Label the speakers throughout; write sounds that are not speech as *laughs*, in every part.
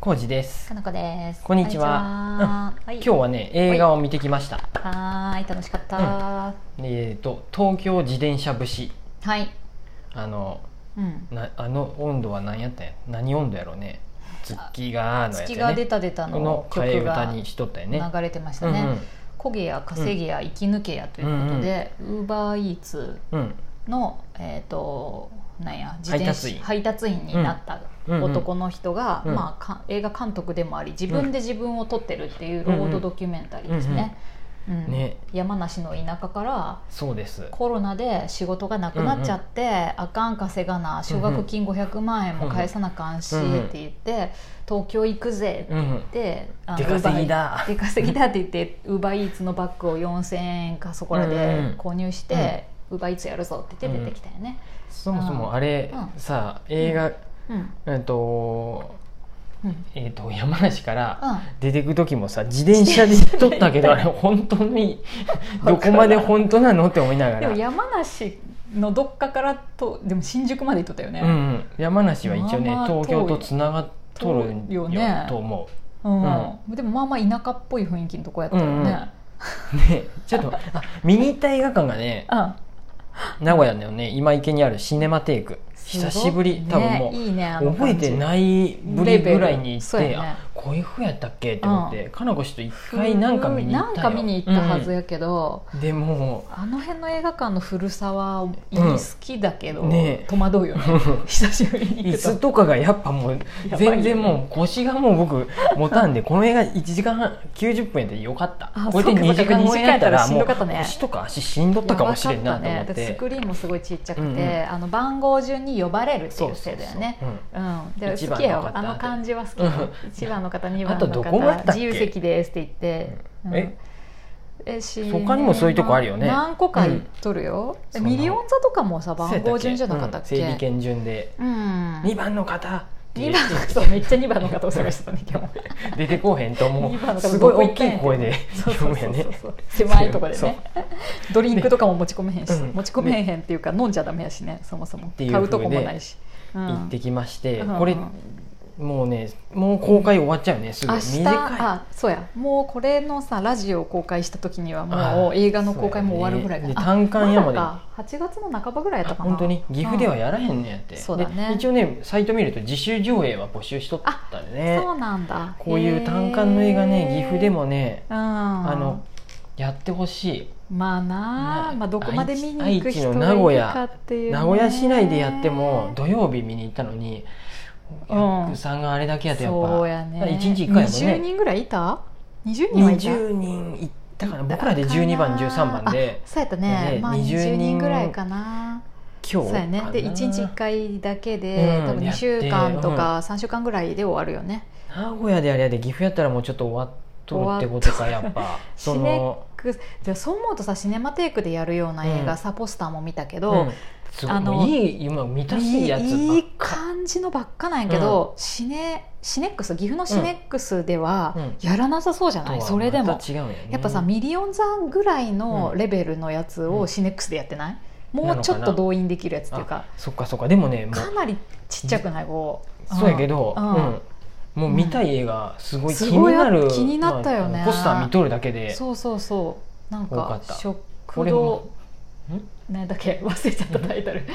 Speaker 1: コウジです
Speaker 2: かなこです。
Speaker 1: こんにちは
Speaker 2: こんにち
Speaker 1: 今
Speaker 2: は
Speaker 1: 日はね映画を見てきました、
Speaker 2: はーい、楽しかった、
Speaker 1: うんえっ、と東京自転車節
Speaker 2: はい。
Speaker 1: あの
Speaker 2: うん。
Speaker 1: なあの温度は何やったんや何温度やろうね月がのやつ
Speaker 2: 月
Speaker 1: や
Speaker 2: が出
Speaker 1: ね
Speaker 2: た出た
Speaker 1: こ
Speaker 2: の
Speaker 1: の替え
Speaker 2: 曲
Speaker 1: 歌
Speaker 2: が
Speaker 1: にしとったよね
Speaker 2: 流れてまし
Speaker 1: う
Speaker 2: た
Speaker 1: ん
Speaker 2: ね。焦げや稼げや生き抜けやということで、ウーバーイーツ
Speaker 1: うんうん
Speaker 2: のえっ、となんや
Speaker 1: 配達員
Speaker 2: 配達員になった
Speaker 1: うん
Speaker 2: 男の人が、
Speaker 1: うん
Speaker 2: まあか映画監督でもあり自分で自分を撮ってるっていうロードドキュメンタリーですね。うん
Speaker 1: ね
Speaker 2: 山梨の田舎から
Speaker 1: そうです
Speaker 2: コロナで仕事がなくなっちゃって、あかん稼がな奨学金500万円も返さなあかんし、
Speaker 1: うんうん
Speaker 2: って言って東京行くぜ
Speaker 1: うんうん
Speaker 2: ってあの
Speaker 1: 出稼ぎだ
Speaker 2: Uber 出稼ぎだって言ってウーバーイーツのバッグを4000円かそこらで
Speaker 1: うんうん
Speaker 2: 購入して、ウーバーイーツやるぞって言って出てきたよね。
Speaker 1: そもそもあれ
Speaker 2: うん
Speaker 1: さ映画
Speaker 2: うん
Speaker 1: えっ、と
Speaker 2: うん
Speaker 1: えっ、と山梨から、
Speaker 2: うん
Speaker 1: 出てく時もさ自転車で撮ったけどあれ本当にどこまで本当なのって思いなが
Speaker 2: で
Speaker 1: ら、う
Speaker 2: も
Speaker 1: ん
Speaker 2: 山梨のどっかからとでも新宿まで行っとったよ
Speaker 1: う
Speaker 2: ね、
Speaker 1: ん、山梨は一応ね、
Speaker 2: まあまあ
Speaker 1: 東京とつながっとるんよ
Speaker 2: 遠いよね
Speaker 1: と思
Speaker 2: うんでもまあまあ田舎っぽい雰囲気のとこやったよね、
Speaker 1: う
Speaker 2: うんん
Speaker 1: うんう、 *laughs* ね、ちょっとあ見に行った映画館がね名古屋のね今池にあるシネマテイク
Speaker 2: すご
Speaker 1: 久
Speaker 2: い
Speaker 1: しぶり多分も
Speaker 2: ね、いいねあ
Speaker 1: う
Speaker 2: の
Speaker 1: 覚え
Speaker 2: 感じ
Speaker 1: てないぶりぐらいに行って、
Speaker 2: レベルそうやね
Speaker 1: あこういうふうやったっけって思って、かなこ氏と一回なんか見に行ったよ
Speaker 2: なんか見に行ったはずやけど、
Speaker 1: うんでも
Speaker 2: あの辺の映画館の古さは胃に好きだけど、
Speaker 1: うんねえ
Speaker 2: 戸惑うよね
Speaker 1: *laughs*
Speaker 2: 久しぶりに
Speaker 1: 椅
Speaker 2: 行
Speaker 1: 子
Speaker 2: くと
Speaker 1: とかがやっぱもう
Speaker 2: やばいよ
Speaker 1: 全
Speaker 2: ね
Speaker 1: 然もう腰がもう僕持たんでこの映画1時間半90分やでよかった
Speaker 2: あ
Speaker 1: これで
Speaker 2: そうか
Speaker 1: 2時間
Speaker 2: そうか
Speaker 1: 後やったら
Speaker 2: 二
Speaker 1: もう
Speaker 2: 時間やったらしんどかったね
Speaker 1: 腰とか足しんどったかもしれんなと思
Speaker 2: やばか
Speaker 1: っ
Speaker 2: ったねだてス
Speaker 1: て
Speaker 2: クリーンもすごいちっちゃくて、
Speaker 1: うんうん
Speaker 2: あの番号順に呼ばれるっていう制度やね
Speaker 1: そうそう
Speaker 2: うん、で
Speaker 1: 一
Speaker 2: 好
Speaker 1: 番
Speaker 2: き
Speaker 1: の
Speaker 2: や
Speaker 1: 方
Speaker 2: よあの感じは好き、
Speaker 1: うん
Speaker 2: 1番の方2番
Speaker 1: あと
Speaker 2: の
Speaker 1: どこもやっ
Speaker 2: 方
Speaker 1: たっけ
Speaker 2: 自由席ですって言って、
Speaker 1: うん
Speaker 2: うん
Speaker 1: え
Speaker 2: えし
Speaker 1: 他にもそういうとこあるよね
Speaker 2: 何個か行っとるよ、
Speaker 1: うん
Speaker 2: ミリオン座とかもさ
Speaker 1: そうや
Speaker 2: 番
Speaker 1: たっ
Speaker 2: 号
Speaker 1: け
Speaker 2: 順じゃなかったっけ、
Speaker 1: うん整理券順で
Speaker 2: うん
Speaker 1: 2番の方って言
Speaker 2: 2
Speaker 1: って
Speaker 2: 番の方めっちゃ2番の方を探してたね今日も
Speaker 1: 出てこうへんとも
Speaker 2: 二番
Speaker 1: う
Speaker 2: の方
Speaker 1: すごい大きい声で
Speaker 2: そう
Speaker 1: 読
Speaker 2: そう
Speaker 1: む
Speaker 2: そ
Speaker 1: よ
Speaker 2: う
Speaker 1: ね
Speaker 2: そう狭いとこで
Speaker 1: そう
Speaker 2: ねドリンクとかも持ち込めへんし、
Speaker 1: うん
Speaker 2: 持ち込めへんっていうか飲んじゃダメやしねそもそも
Speaker 1: ていう
Speaker 2: 買うとこもないし、うん
Speaker 1: 行ってきまして
Speaker 2: うん
Speaker 1: これもうねもう公開終わっちゃうよねすぐ
Speaker 2: 明日
Speaker 1: 短い
Speaker 2: あそうやもうこれのさラジオを公開した時には
Speaker 1: あ
Speaker 2: もう映画の公開も終わるぐらい
Speaker 1: そうやねで
Speaker 2: あ
Speaker 1: 単館やまで
Speaker 2: まだか8月の半ばぐらいやったかな
Speaker 1: 本当に岐阜では
Speaker 2: うん
Speaker 1: やらへんねやって、
Speaker 2: そうだね
Speaker 1: で一応ねサイト見ると自主上映は募集しとったんでね
Speaker 2: そうなんだ
Speaker 1: こういう単館の映画
Speaker 2: へ
Speaker 1: ね
Speaker 2: ー
Speaker 1: 岐阜でもね
Speaker 2: うん
Speaker 1: あのやってほし
Speaker 2: まあなあ、
Speaker 1: な
Speaker 2: まあ、どこまで見に行く
Speaker 1: 愛知
Speaker 2: 人
Speaker 1: の
Speaker 2: が
Speaker 1: 名
Speaker 2: い
Speaker 1: 古
Speaker 2: る
Speaker 1: 屋
Speaker 2: かってい、
Speaker 1: いう
Speaker 2: ね、
Speaker 1: 名古屋市内でやっても土曜日見に行ったのに
Speaker 2: うん
Speaker 1: お客さんがあれだけやとやっぱ
Speaker 2: そうやね
Speaker 1: 1日1回
Speaker 2: 20
Speaker 1: やもんね
Speaker 2: 人ぐらいいた20人はいた
Speaker 1: 20人行ったかな僕らで12番13番で
Speaker 2: あそうやったね
Speaker 1: ね
Speaker 2: まあ
Speaker 1: 20
Speaker 2: 20人ぐらいかな
Speaker 1: 今日
Speaker 2: そうやね
Speaker 1: かな
Speaker 2: で1日1回だけで、
Speaker 1: うん
Speaker 2: 多分2週間とか3週間ぐらいで終わるよね、
Speaker 1: 名古屋でやりゃで岐阜やったらもうちょっと終わっとるってことかやっ
Speaker 2: *laughs*
Speaker 1: ぱそ
Speaker 2: シネ
Speaker 1: の
Speaker 2: クでそう思うとさシネマテイクでやるような映画、
Speaker 1: うん
Speaker 2: さポスターも見たけ
Speaker 1: う
Speaker 2: ど
Speaker 1: ん、すご
Speaker 2: あ
Speaker 1: い
Speaker 2: の
Speaker 1: もういい今見たしいやつばっか
Speaker 2: いい感じのばっかなんやけど、シネシネックス岐阜のシネックスでは
Speaker 1: うん
Speaker 2: やらなさそうじゃない、
Speaker 1: とは
Speaker 2: それで
Speaker 1: ま
Speaker 2: も
Speaker 1: た違うんやね
Speaker 2: やっぱさミリオンザぐらいのレベルのやつ
Speaker 1: う
Speaker 2: を
Speaker 1: ん
Speaker 2: シネックスでやってない、
Speaker 1: な
Speaker 2: も
Speaker 1: の
Speaker 2: う
Speaker 1: か
Speaker 2: ちょ
Speaker 1: な
Speaker 2: っと動員できるやつっていうか
Speaker 1: そっかそっかでもねも
Speaker 2: か
Speaker 1: う
Speaker 2: なりちっちゃくないこう
Speaker 1: そうやけど、う
Speaker 2: うんん
Speaker 1: もう見たい映画すごい気
Speaker 2: す
Speaker 1: に
Speaker 2: ごい
Speaker 1: なる
Speaker 2: 気になったよね
Speaker 1: まあポスター見とるだけで
Speaker 2: そうそうそうなん
Speaker 1: 多か
Speaker 2: か
Speaker 1: ったこ
Speaker 2: 食
Speaker 1: れも
Speaker 2: 堂なんだっけ忘れちゃったタイトル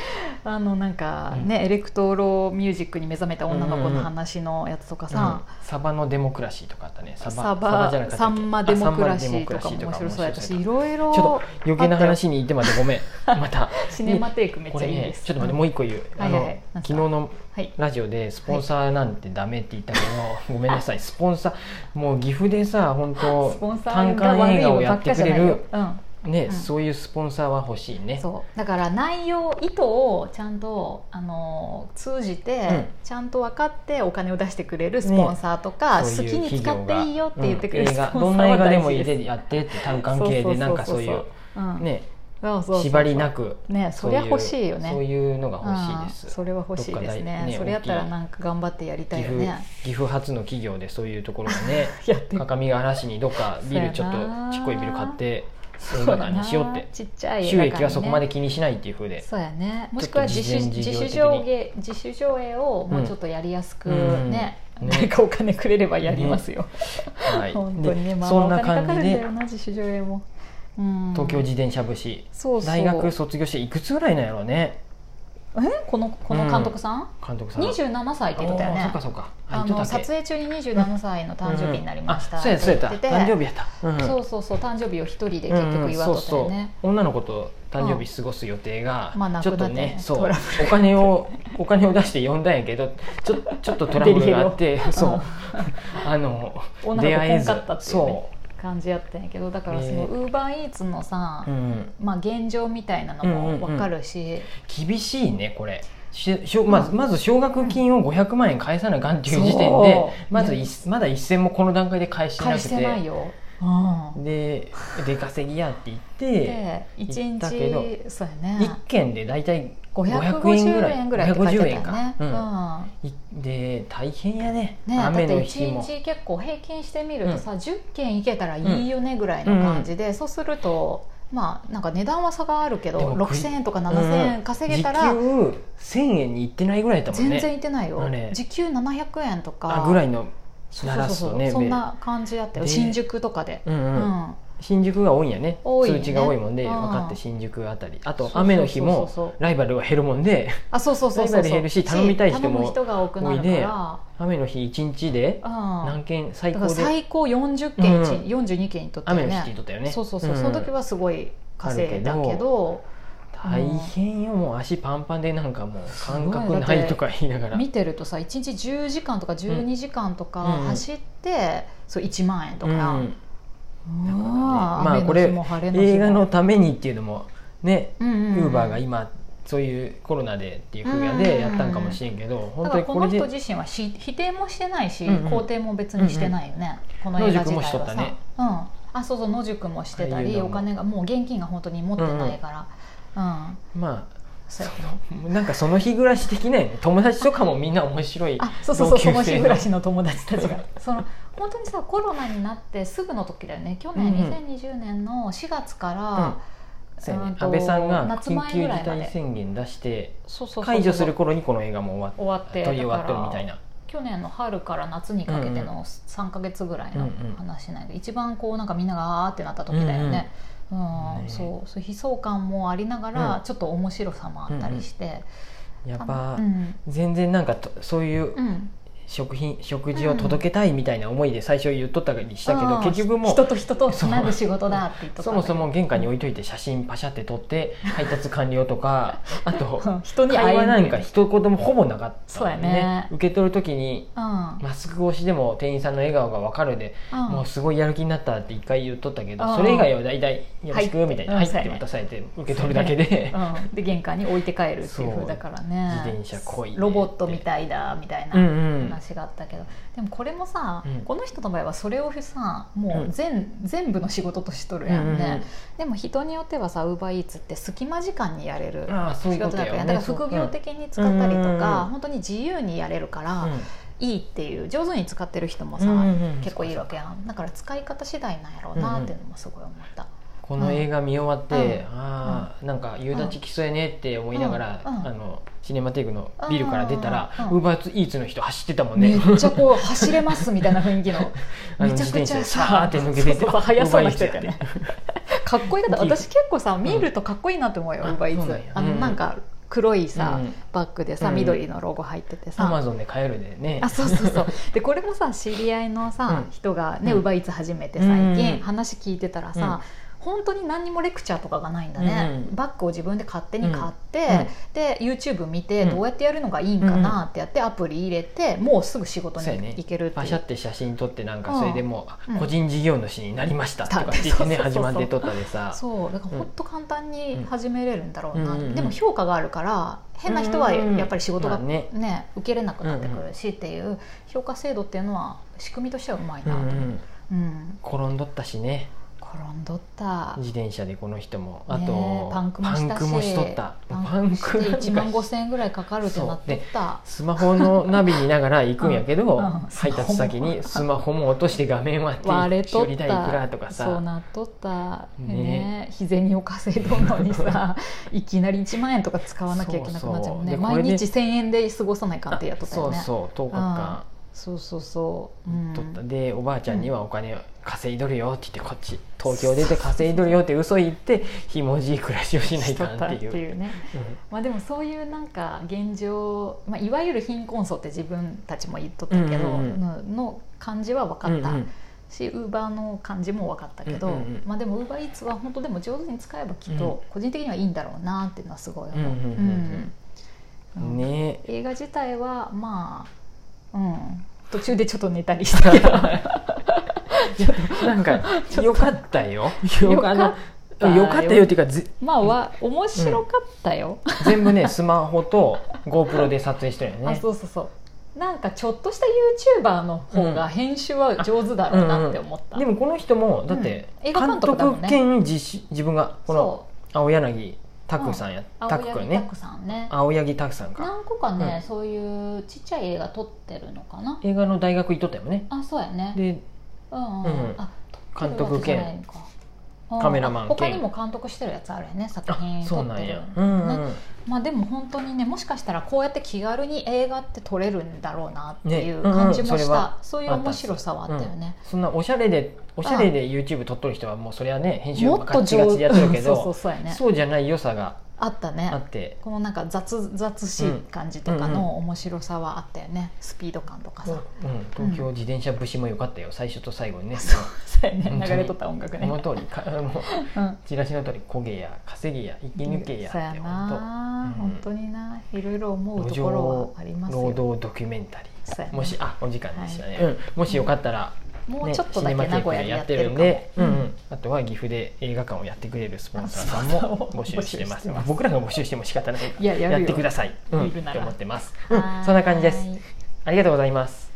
Speaker 2: あのなんかね、エレクトロミュージックに目覚めた女の子の話のやつとかさ、
Speaker 1: うんサバのデモクラシーとかあったねサバ
Speaker 2: サ
Speaker 1: サバ
Speaker 2: バ
Speaker 1: じゃなかったっけ
Speaker 2: サンマデモクラシ
Speaker 1: あサンマデモク
Speaker 2: ーと
Speaker 1: ラシ
Speaker 2: かも面白そうやったし
Speaker 1: 面
Speaker 2: い
Speaker 1: 白
Speaker 2: ろい
Speaker 1: そうやったちょっ
Speaker 2: ろ
Speaker 1: と余計な話に行ってまでご
Speaker 2: *laughs*
Speaker 1: めんまた
Speaker 2: シネマテイクめっ
Speaker 1: こ
Speaker 2: ちゃ
Speaker 1: れ
Speaker 2: いい
Speaker 1: ね
Speaker 2: です、
Speaker 1: ちょっと待ってもう一個言う、
Speaker 2: はいはいは
Speaker 1: あ
Speaker 2: い
Speaker 1: の
Speaker 2: なん
Speaker 1: 昨日
Speaker 2: すか
Speaker 1: の
Speaker 2: はい
Speaker 1: ラジオでスポンサーなんてダメって言ったけど、ごめんなさいスポンサーもう岐阜でさ本当
Speaker 2: スポンサ
Speaker 1: 単
Speaker 2: ーが悪
Speaker 1: 館映
Speaker 2: い
Speaker 1: 画
Speaker 2: の
Speaker 1: をや
Speaker 2: ば
Speaker 1: っ
Speaker 2: っか
Speaker 1: て
Speaker 2: じ
Speaker 1: く
Speaker 2: ゃ
Speaker 1: れ
Speaker 2: ないよ
Speaker 1: る、
Speaker 2: うん、
Speaker 1: ね
Speaker 2: うん
Speaker 1: そういうスポンサーは欲しいね
Speaker 2: そうだから内容意図をちゃんとあの通じて、
Speaker 1: うん
Speaker 2: ちゃんと分かってお金を出してくれるスポンサーとか、
Speaker 1: そうい
Speaker 2: 好き
Speaker 1: う
Speaker 2: に
Speaker 1: 企業
Speaker 2: 使っ
Speaker 1: が
Speaker 2: ていいよって言ってくれる
Speaker 1: うん
Speaker 2: ス
Speaker 1: 映
Speaker 2: ポ
Speaker 1: 画どん
Speaker 2: ンサー
Speaker 1: な映
Speaker 2: は
Speaker 1: 画で
Speaker 2: 大事
Speaker 1: もいい
Speaker 2: です
Speaker 1: でやってって単関係でなんかそういう
Speaker 2: うん
Speaker 1: ね
Speaker 2: そうそうそう
Speaker 1: 縛りなく
Speaker 2: ねそりゃ欲しいよね
Speaker 1: そういうのが
Speaker 2: あ
Speaker 1: 欲しい
Speaker 2: あ
Speaker 1: です
Speaker 2: それは欲しいです
Speaker 1: どっか
Speaker 2: ね
Speaker 1: 大
Speaker 2: それやった
Speaker 1: 大
Speaker 2: ら
Speaker 1: きい
Speaker 2: なんか頑張ってやりた
Speaker 1: 岐
Speaker 2: いよ
Speaker 1: 阜
Speaker 2: ね
Speaker 1: 岐阜発の
Speaker 2: *laughs*
Speaker 1: 企業でそういうところがね
Speaker 2: やって
Speaker 1: 各務原市にどっかビルちょっと
Speaker 2: そうやな
Speaker 1: ちっこいビル買って映画館にしようって
Speaker 2: ちっちゃい映
Speaker 1: 収
Speaker 2: 画館にね
Speaker 1: 益はそこまで気にしないっていうふうで
Speaker 2: そうやねもしくは自主
Speaker 1: ちょっと
Speaker 2: 自
Speaker 1: 事前
Speaker 2: 主
Speaker 1: 事業
Speaker 2: 上
Speaker 1: 的
Speaker 2: 映自主上映をもうちょっとやりやすくね、
Speaker 1: うん
Speaker 2: 誰かお金くれればやりますよ、
Speaker 1: はい
Speaker 2: 本当にね、
Speaker 1: で
Speaker 2: まあ、
Speaker 1: そんな
Speaker 2: お金
Speaker 1: 感
Speaker 2: かかる
Speaker 1: じ
Speaker 2: んだ
Speaker 1: で
Speaker 2: よな自主上映も、うん、
Speaker 1: 東京自転車部市
Speaker 2: そうそう
Speaker 1: 大学卒業していくつぐらいなんやろうね
Speaker 2: えこのこの監督さん、
Speaker 1: 監督さん
Speaker 2: 27歳って言ってたよ
Speaker 1: あーそ
Speaker 2: ね
Speaker 1: っかそっかあ
Speaker 2: あ
Speaker 1: 言っと
Speaker 2: の
Speaker 1: ったっ
Speaker 2: 撮
Speaker 1: け
Speaker 2: 影中に27歳の誕生日になりました
Speaker 1: うんあ
Speaker 2: っ
Speaker 1: そうや
Speaker 2: て
Speaker 1: そうやった
Speaker 2: 言ってて
Speaker 1: 誕生日やった、うん
Speaker 2: そうそうそう誕生日を一人で結局祝っとったよ
Speaker 1: うんうんそ
Speaker 2: ね、
Speaker 1: うそう女の子と誕生日過ごす予定が、
Speaker 2: うんまあなく
Speaker 1: ち
Speaker 2: な
Speaker 1: ょ
Speaker 2: っ
Speaker 1: ったと
Speaker 2: よね
Speaker 1: ねそう
Speaker 2: トラ
Speaker 1: お金をお金を出して呼んだんやけどちょちょっとトラブルがあってそう、あの
Speaker 2: 女の子
Speaker 1: 出会え
Speaker 2: 来
Speaker 1: ず
Speaker 2: んかったっていうね
Speaker 1: そ
Speaker 2: 感じやったんやけどだからその
Speaker 1: ね
Speaker 2: ウーバーイーツのさ、
Speaker 1: う、うん、
Speaker 2: まあ、現状みたいなの
Speaker 1: うんう
Speaker 2: も
Speaker 1: んうん
Speaker 2: 分かるし、
Speaker 1: 厳しいねこれししょまずまず奨学金を500万円返さなあかんっていう時点で
Speaker 2: そう
Speaker 1: まずいっまだ1000もこの段階で返してな
Speaker 2: 返
Speaker 1: く
Speaker 2: しててないよ、うん、
Speaker 1: で出稼ぎやって言って
Speaker 2: で
Speaker 1: 行
Speaker 2: 1
Speaker 1: ったけど
Speaker 2: 日そうやね
Speaker 1: 1軒で大体
Speaker 2: 550円ぐらいって書いてたよね、
Speaker 1: 550円か
Speaker 2: うん
Speaker 1: いで大変やね
Speaker 2: ね、だって
Speaker 1: 雨の日
Speaker 2: 1
Speaker 1: も
Speaker 2: 日結構平均してみるとさ、10件行けたらいいよねぐらいの感じで、そうするとまあなんか値段は差があるけど
Speaker 1: でもく
Speaker 2: 6000円とか7000円稼げたら
Speaker 1: うん時給1000円にいってないぐらいだったもん
Speaker 2: 全
Speaker 1: ね
Speaker 2: 然いってないよ、
Speaker 1: あれ
Speaker 2: 時給700円とか
Speaker 1: あぐらいの
Speaker 2: そう
Speaker 1: 鳴
Speaker 2: そう
Speaker 1: らす
Speaker 2: そ
Speaker 1: と
Speaker 2: う、
Speaker 1: ね
Speaker 2: そんな感じだったよ
Speaker 1: で
Speaker 2: 新宿とかで、
Speaker 1: うん
Speaker 2: う
Speaker 1: うん
Speaker 2: ん、
Speaker 1: 新宿が多いんやね
Speaker 2: 多いね
Speaker 1: 通知が多いもんで
Speaker 2: うん
Speaker 1: 分かって新宿あたりあ
Speaker 2: そ
Speaker 1: と
Speaker 2: うそうそうそう
Speaker 1: 雨の日もライバルは減るもんで *laughs*
Speaker 2: あそうそうそうそ
Speaker 1: ライバル
Speaker 2: う
Speaker 1: 減るし
Speaker 2: し
Speaker 1: 頼みたい人も
Speaker 2: 頼む人が多くなる
Speaker 1: 多いで
Speaker 2: か
Speaker 1: 雨の日1日で
Speaker 2: ら、う
Speaker 1: 何
Speaker 2: ん、
Speaker 1: 件最
Speaker 2: だから
Speaker 1: 高で
Speaker 2: 最高40件、
Speaker 1: うん
Speaker 2: 42件にとったよ
Speaker 1: 雨
Speaker 2: ね
Speaker 1: の日聞いとったよね
Speaker 2: そうそうそう、
Speaker 1: ん
Speaker 2: その時はすごい稼いだ
Speaker 1: ある
Speaker 2: け
Speaker 1: け
Speaker 2: ど
Speaker 1: 大変よもう足パンパンでなんかもう感覚ないとか言いながら
Speaker 2: 見てるとさ1日10時間とか12時間とか
Speaker 1: うん
Speaker 2: 走って、そう1万円とか、
Speaker 1: うん
Speaker 2: ま
Speaker 1: まあこれ映画のためにっていうのもね
Speaker 2: ウ
Speaker 1: ウーバーが今そういうコロナでっていう分野
Speaker 2: うん
Speaker 1: でやったんかもしれんけど
Speaker 2: だ
Speaker 1: 本
Speaker 2: か
Speaker 1: 当
Speaker 2: ら
Speaker 1: に
Speaker 2: こ
Speaker 1: こ
Speaker 2: の
Speaker 1: れ
Speaker 2: 人
Speaker 1: で
Speaker 2: 自身はし否定もしてないし、
Speaker 1: うんうん
Speaker 2: 肯定も別にしてないよね、この映画自体は
Speaker 1: 野宿もしとった
Speaker 2: さ、
Speaker 1: ね
Speaker 2: うん、あそうそう野宿もしてた
Speaker 1: 俳優
Speaker 2: り
Speaker 1: だ
Speaker 2: お
Speaker 1: もん
Speaker 2: 金がもう現金が本当に持ってないから、うん
Speaker 1: ま
Speaker 2: そうやね
Speaker 1: あなんかその日暮らし的なよね友達とかもみんな面白い
Speaker 2: あそうそうそうそ
Speaker 1: 同級
Speaker 2: の
Speaker 1: 生
Speaker 2: 日暮
Speaker 1: の
Speaker 2: らしの友達たちがその本当にさコロナになってすぐの時だよね去年
Speaker 1: うんうん
Speaker 2: 2020年の4月から、
Speaker 1: そうや
Speaker 2: う
Speaker 1: ね
Speaker 2: んと
Speaker 1: 安倍さんが
Speaker 2: 夏
Speaker 1: 緊
Speaker 2: 前
Speaker 1: 急
Speaker 2: ぐ
Speaker 1: 事
Speaker 2: らいまで
Speaker 1: 態宣言出して
Speaker 2: そうそうそうそう
Speaker 1: 解除する頃にこの映画も終
Speaker 2: 終
Speaker 1: わ
Speaker 2: わって
Speaker 1: っとり終わっとる
Speaker 2: だ
Speaker 1: み
Speaker 2: か
Speaker 1: た
Speaker 2: ら
Speaker 1: いな
Speaker 2: 去年の春から夏にかけて
Speaker 1: うん
Speaker 2: の3か月ぐらい
Speaker 1: うん
Speaker 2: の
Speaker 1: うん
Speaker 2: 話なんやけど一番こうなんかみんながあーってなった時だよね。うん
Speaker 1: ね
Speaker 2: そうそう悲壮感もありながら、
Speaker 1: うん
Speaker 2: ちょっと面白さもあったりして、
Speaker 1: やっ
Speaker 2: あ
Speaker 1: ぱ
Speaker 2: のうん
Speaker 1: 全然なんかとそういう
Speaker 2: うん、
Speaker 1: 食品食事を届けたいみたいな思いで最初言っとったりしたけど
Speaker 2: うん
Speaker 1: 結局もう
Speaker 2: 人と人とつなぐ仕事だって言っとった
Speaker 1: そ
Speaker 2: んだ
Speaker 1: も
Speaker 2: けど
Speaker 1: そも玄関に置いといて写真パシャって撮って配達完了と
Speaker 2: *laughs*
Speaker 1: かあと
Speaker 2: うん人に会
Speaker 1: 会
Speaker 2: え
Speaker 1: 話なんんか一言もほぼなかったもん
Speaker 2: そうやね
Speaker 1: 受け取る時に
Speaker 2: うん
Speaker 1: マスク越しでも店員さんの笑顔が分かるで、
Speaker 2: うん
Speaker 1: もうすごいやる気になったって一回言っとったけど、
Speaker 2: うん
Speaker 1: それ以外は大体「よろし
Speaker 2: は
Speaker 1: く」
Speaker 2: い
Speaker 1: みたい
Speaker 2: うん
Speaker 1: な「はい」っ
Speaker 2: そうや
Speaker 1: て
Speaker 2: ね
Speaker 1: 渡されて受け取るだけで、
Speaker 2: うん、で玄関に置いて帰るっていう
Speaker 1: そ
Speaker 2: 風
Speaker 1: う
Speaker 2: だからね
Speaker 1: 自転車来いね
Speaker 2: ロボットみたいだみたい
Speaker 1: う
Speaker 2: な
Speaker 1: んうん
Speaker 2: 話があったけど、でもこれもさ、
Speaker 1: うん
Speaker 2: この人の場合はそれをさもう全,、全部の仕事としとるやんね、
Speaker 1: うんうん
Speaker 2: でも人によってはさウーバーイーツって隙間時間にやれる
Speaker 1: ああそうい
Speaker 2: 仕
Speaker 1: うこと
Speaker 2: 事だ
Speaker 1: や
Speaker 2: から
Speaker 1: よね
Speaker 2: だから副業的に使ったりと
Speaker 1: うんうんうん
Speaker 2: か、本当に自由にやれるから、いいっていう上手に使ってる人もさ、
Speaker 1: うんうんうん
Speaker 2: 結構いるわけやんだから使い方次第なんやろうなっていうのもすごい思った。
Speaker 1: この映画見終わって、
Speaker 2: う
Speaker 1: ああなんか夕立きそうやねって思いながら、
Speaker 2: うんうん
Speaker 1: あのシネマテイクのビルから出たら、
Speaker 2: うん
Speaker 1: ウーバーイーツの人走ってたもんね
Speaker 2: めっちゃこう走れますみたいな雰囲気の
Speaker 1: *laughs* あの
Speaker 2: めちゃくち
Speaker 1: 自
Speaker 2: ゃ
Speaker 1: 転車でさー
Speaker 2: さ
Speaker 1: って抜けてって
Speaker 2: そうそうそう速そうな人や
Speaker 1: Uber Eats や
Speaker 2: よねかっこいいだった私結構さ見るとかっこいいなと思うよ、
Speaker 1: うん
Speaker 2: ウーバーイー
Speaker 1: そうなん
Speaker 2: ツ
Speaker 1: や
Speaker 2: あの
Speaker 1: うん
Speaker 2: なんか黒いさ、
Speaker 1: うん
Speaker 2: バッグでさ
Speaker 1: うん
Speaker 2: 緑のロゴ入っててさ、
Speaker 1: アマゾンで買えるでね
Speaker 2: あそうそうそうでこれもさ知り合いのさ、
Speaker 1: うん
Speaker 2: 人がね、
Speaker 1: うん
Speaker 2: ウーバーイーツ始めて最近、
Speaker 1: うん
Speaker 2: 話聞いてたらさ、本当に何にもレクチャーとかがないんだね、
Speaker 1: うん
Speaker 2: バッグを自分で勝手に買って、で YouTube 見て
Speaker 1: うん
Speaker 2: どうやってやるのがいいんかなってやってアプリ入れてもうすぐ仕事に
Speaker 1: そうやね
Speaker 2: 行けるって
Speaker 1: パ
Speaker 2: い
Speaker 1: シャっ
Speaker 2: う。
Speaker 1: て写真撮ってなん
Speaker 2: うん
Speaker 1: かそれでもう、
Speaker 2: うん
Speaker 1: 個人事業主になりましたとかって言
Speaker 2: そ
Speaker 1: っ
Speaker 2: うそう
Speaker 1: て
Speaker 2: そう
Speaker 1: ね
Speaker 2: そう
Speaker 1: 始まって撮ったでさ
Speaker 2: そうだから本当簡単に始めれるんだろうな、
Speaker 1: うんうん
Speaker 2: でも評価があるから変な人は
Speaker 1: うんうん
Speaker 2: やっぱり仕事が、
Speaker 1: まあね
Speaker 2: ね受けれなくなってくるしっていう評価制度っていうのは仕組みとしてはうまいな
Speaker 1: うん
Speaker 2: と
Speaker 1: う
Speaker 2: 思う、
Speaker 1: ん
Speaker 2: うん
Speaker 1: 転んどったしね
Speaker 2: 転んどった
Speaker 1: 自転車でこの人もあ
Speaker 2: ね
Speaker 1: と、
Speaker 2: えパンクもしたし
Speaker 1: パンクもしとった
Speaker 2: パンクして
Speaker 1: パンク
Speaker 2: 1万5000円ぐらいかかるってなっとった
Speaker 1: スマホのナビ見ながら行くんやけど、
Speaker 2: うんうん
Speaker 1: 配達先にスマホも落として画面割って
Speaker 2: 割れと
Speaker 1: 処
Speaker 2: っ
Speaker 1: 理代いくらとか
Speaker 2: た
Speaker 1: さ
Speaker 2: そうなっとった
Speaker 1: ね
Speaker 2: ね日銭を稼いどんの
Speaker 1: *laughs*
Speaker 2: にさいきなり1万円とか使わなきゃいけなくなっちゃうもんね
Speaker 1: そうそうで
Speaker 2: 毎
Speaker 1: これで
Speaker 2: 日1000円で過ごさないかんってやっとった
Speaker 1: そ
Speaker 2: よ
Speaker 1: う
Speaker 2: ね
Speaker 1: そう10日間
Speaker 2: そうそうそう、うん、
Speaker 1: 取ったでおばあちゃんにはお金稼いどるよって言ってこっち東京出て稼いどるよって嘘言ってひもじい暮らしをしない
Speaker 2: しと
Speaker 1: か
Speaker 2: っ
Speaker 1: ん
Speaker 2: た
Speaker 1: っ
Speaker 2: ってて
Speaker 1: いう
Speaker 2: いうね
Speaker 1: うん
Speaker 2: まあでもそういうなんか現状、まあ、いわゆる貧困層って自分たちも言っとったけど、
Speaker 1: うんうんうん
Speaker 2: のの感じは分かった、
Speaker 1: うんうん
Speaker 2: しウーバーの感じも分かったけど、
Speaker 1: うんうんうん
Speaker 2: まあでもウーバーイーツは本当でも上手に使えばきっと個人的にはいいんだろうなっていうのはすごい思う。
Speaker 1: うんうん
Speaker 2: うんうん
Speaker 1: ね
Speaker 2: 映画自体はまあ、うん、途中でちょっと寝たりした
Speaker 1: *laughs*
Speaker 2: けど
Speaker 1: なんか *laughs* よかったよ
Speaker 2: よ
Speaker 1: よ
Speaker 2: か
Speaker 1: かった
Speaker 2: っよ
Speaker 1: たよかったよっていうかぜ
Speaker 2: まあわ面白かったよ。
Speaker 1: 全部ねスマホと GoPro で撮影してるよ
Speaker 2: あ
Speaker 1: ね
Speaker 2: そうそうそうなんかちょっとした YouTuber の方が編集は上手だろうなって思った、
Speaker 1: でもこの人もだって
Speaker 2: うん映画監督だもんね
Speaker 1: 監督兼自自分がこの
Speaker 2: そう
Speaker 1: 青柳拓さんや
Speaker 2: 青
Speaker 1: 拓く
Speaker 2: 柳
Speaker 1: んね
Speaker 2: 拓さんね
Speaker 1: 青柳拓さんか
Speaker 2: 何個かね、
Speaker 1: うん
Speaker 2: そういうちっちゃい映画撮ってるのかな
Speaker 1: 映画の大学行っとったよね
Speaker 2: あそうやね
Speaker 1: で
Speaker 2: うんうん、
Speaker 1: うん
Speaker 2: あ撮って
Speaker 1: 監
Speaker 2: るわ
Speaker 1: 督
Speaker 2: けじゃ
Speaker 1: 兼
Speaker 2: ないのかうん
Speaker 1: カメラマン
Speaker 2: あ
Speaker 1: 兼
Speaker 2: 他にも監督してるやつあるよね作
Speaker 1: あ
Speaker 2: 品
Speaker 1: そ
Speaker 2: 撮
Speaker 1: う
Speaker 2: っ
Speaker 1: な
Speaker 2: て
Speaker 1: ん
Speaker 2: る
Speaker 1: や、うんうん
Speaker 2: まあでも本当にねもしかしたらこうやって気軽に映画って撮れるんだろうなってい
Speaker 1: ね
Speaker 2: う
Speaker 1: うんうん
Speaker 2: 感じもした、
Speaker 1: それ
Speaker 2: そ
Speaker 1: は
Speaker 2: ういう面白さはあったよね、
Speaker 1: そんなおしゃれでおしゃれで YouTube 撮っとる人はもうそれはね編集
Speaker 2: も
Speaker 1: も
Speaker 2: っ
Speaker 1: ガ
Speaker 2: と
Speaker 1: ッチガチでやってるけ *laughs*
Speaker 2: そうそう
Speaker 1: ど
Speaker 2: そうやね
Speaker 1: そうじゃない良さが
Speaker 2: あったね
Speaker 1: あって
Speaker 2: このなんか雑雑しい感じとか
Speaker 1: うんうん
Speaker 2: の面白さはあったよねスピード感とかさ、
Speaker 1: うん、東京自転車節も良かったよ最初と最後にね
Speaker 2: そうそうやね
Speaker 1: 本当に
Speaker 2: 流れとった音楽ね
Speaker 1: この通りかもう
Speaker 2: うん
Speaker 1: チラシの通り焦げや稼げや生き抜けや
Speaker 2: そ
Speaker 1: っ
Speaker 2: うや
Speaker 1: て本
Speaker 2: な、
Speaker 1: うん
Speaker 2: 本当にないろいろ思
Speaker 1: 当
Speaker 2: う
Speaker 1: 路
Speaker 2: ところ
Speaker 1: 上
Speaker 2: はありますよ
Speaker 1: 労働ドキュメンタリ
Speaker 2: そうや
Speaker 1: ー
Speaker 2: ね
Speaker 1: もしあお時間でしたね、うん、もしよかったら、
Speaker 2: もう
Speaker 1: ね
Speaker 2: ちょっとだけ
Speaker 1: シネマテー
Speaker 2: 名
Speaker 1: プ
Speaker 2: 古屋
Speaker 1: で
Speaker 2: で
Speaker 1: や
Speaker 2: や
Speaker 1: っ
Speaker 2: ってて
Speaker 1: る
Speaker 2: る
Speaker 1: ん
Speaker 2: かも
Speaker 1: で、うん
Speaker 2: う
Speaker 1: うんん、あとは岐阜で映画館をやってくれるスポンサーさん
Speaker 2: あそう
Speaker 1: *laughs* も募集してます
Speaker 2: 募集してます
Speaker 1: まあ僕らが募集しても仕方ないから
Speaker 2: いややるよ
Speaker 1: ってください、うん、
Speaker 2: いる
Speaker 1: っ
Speaker 2: なら
Speaker 1: て思ってます、うん、そんな感じです
Speaker 2: はーい
Speaker 1: ありがとうございます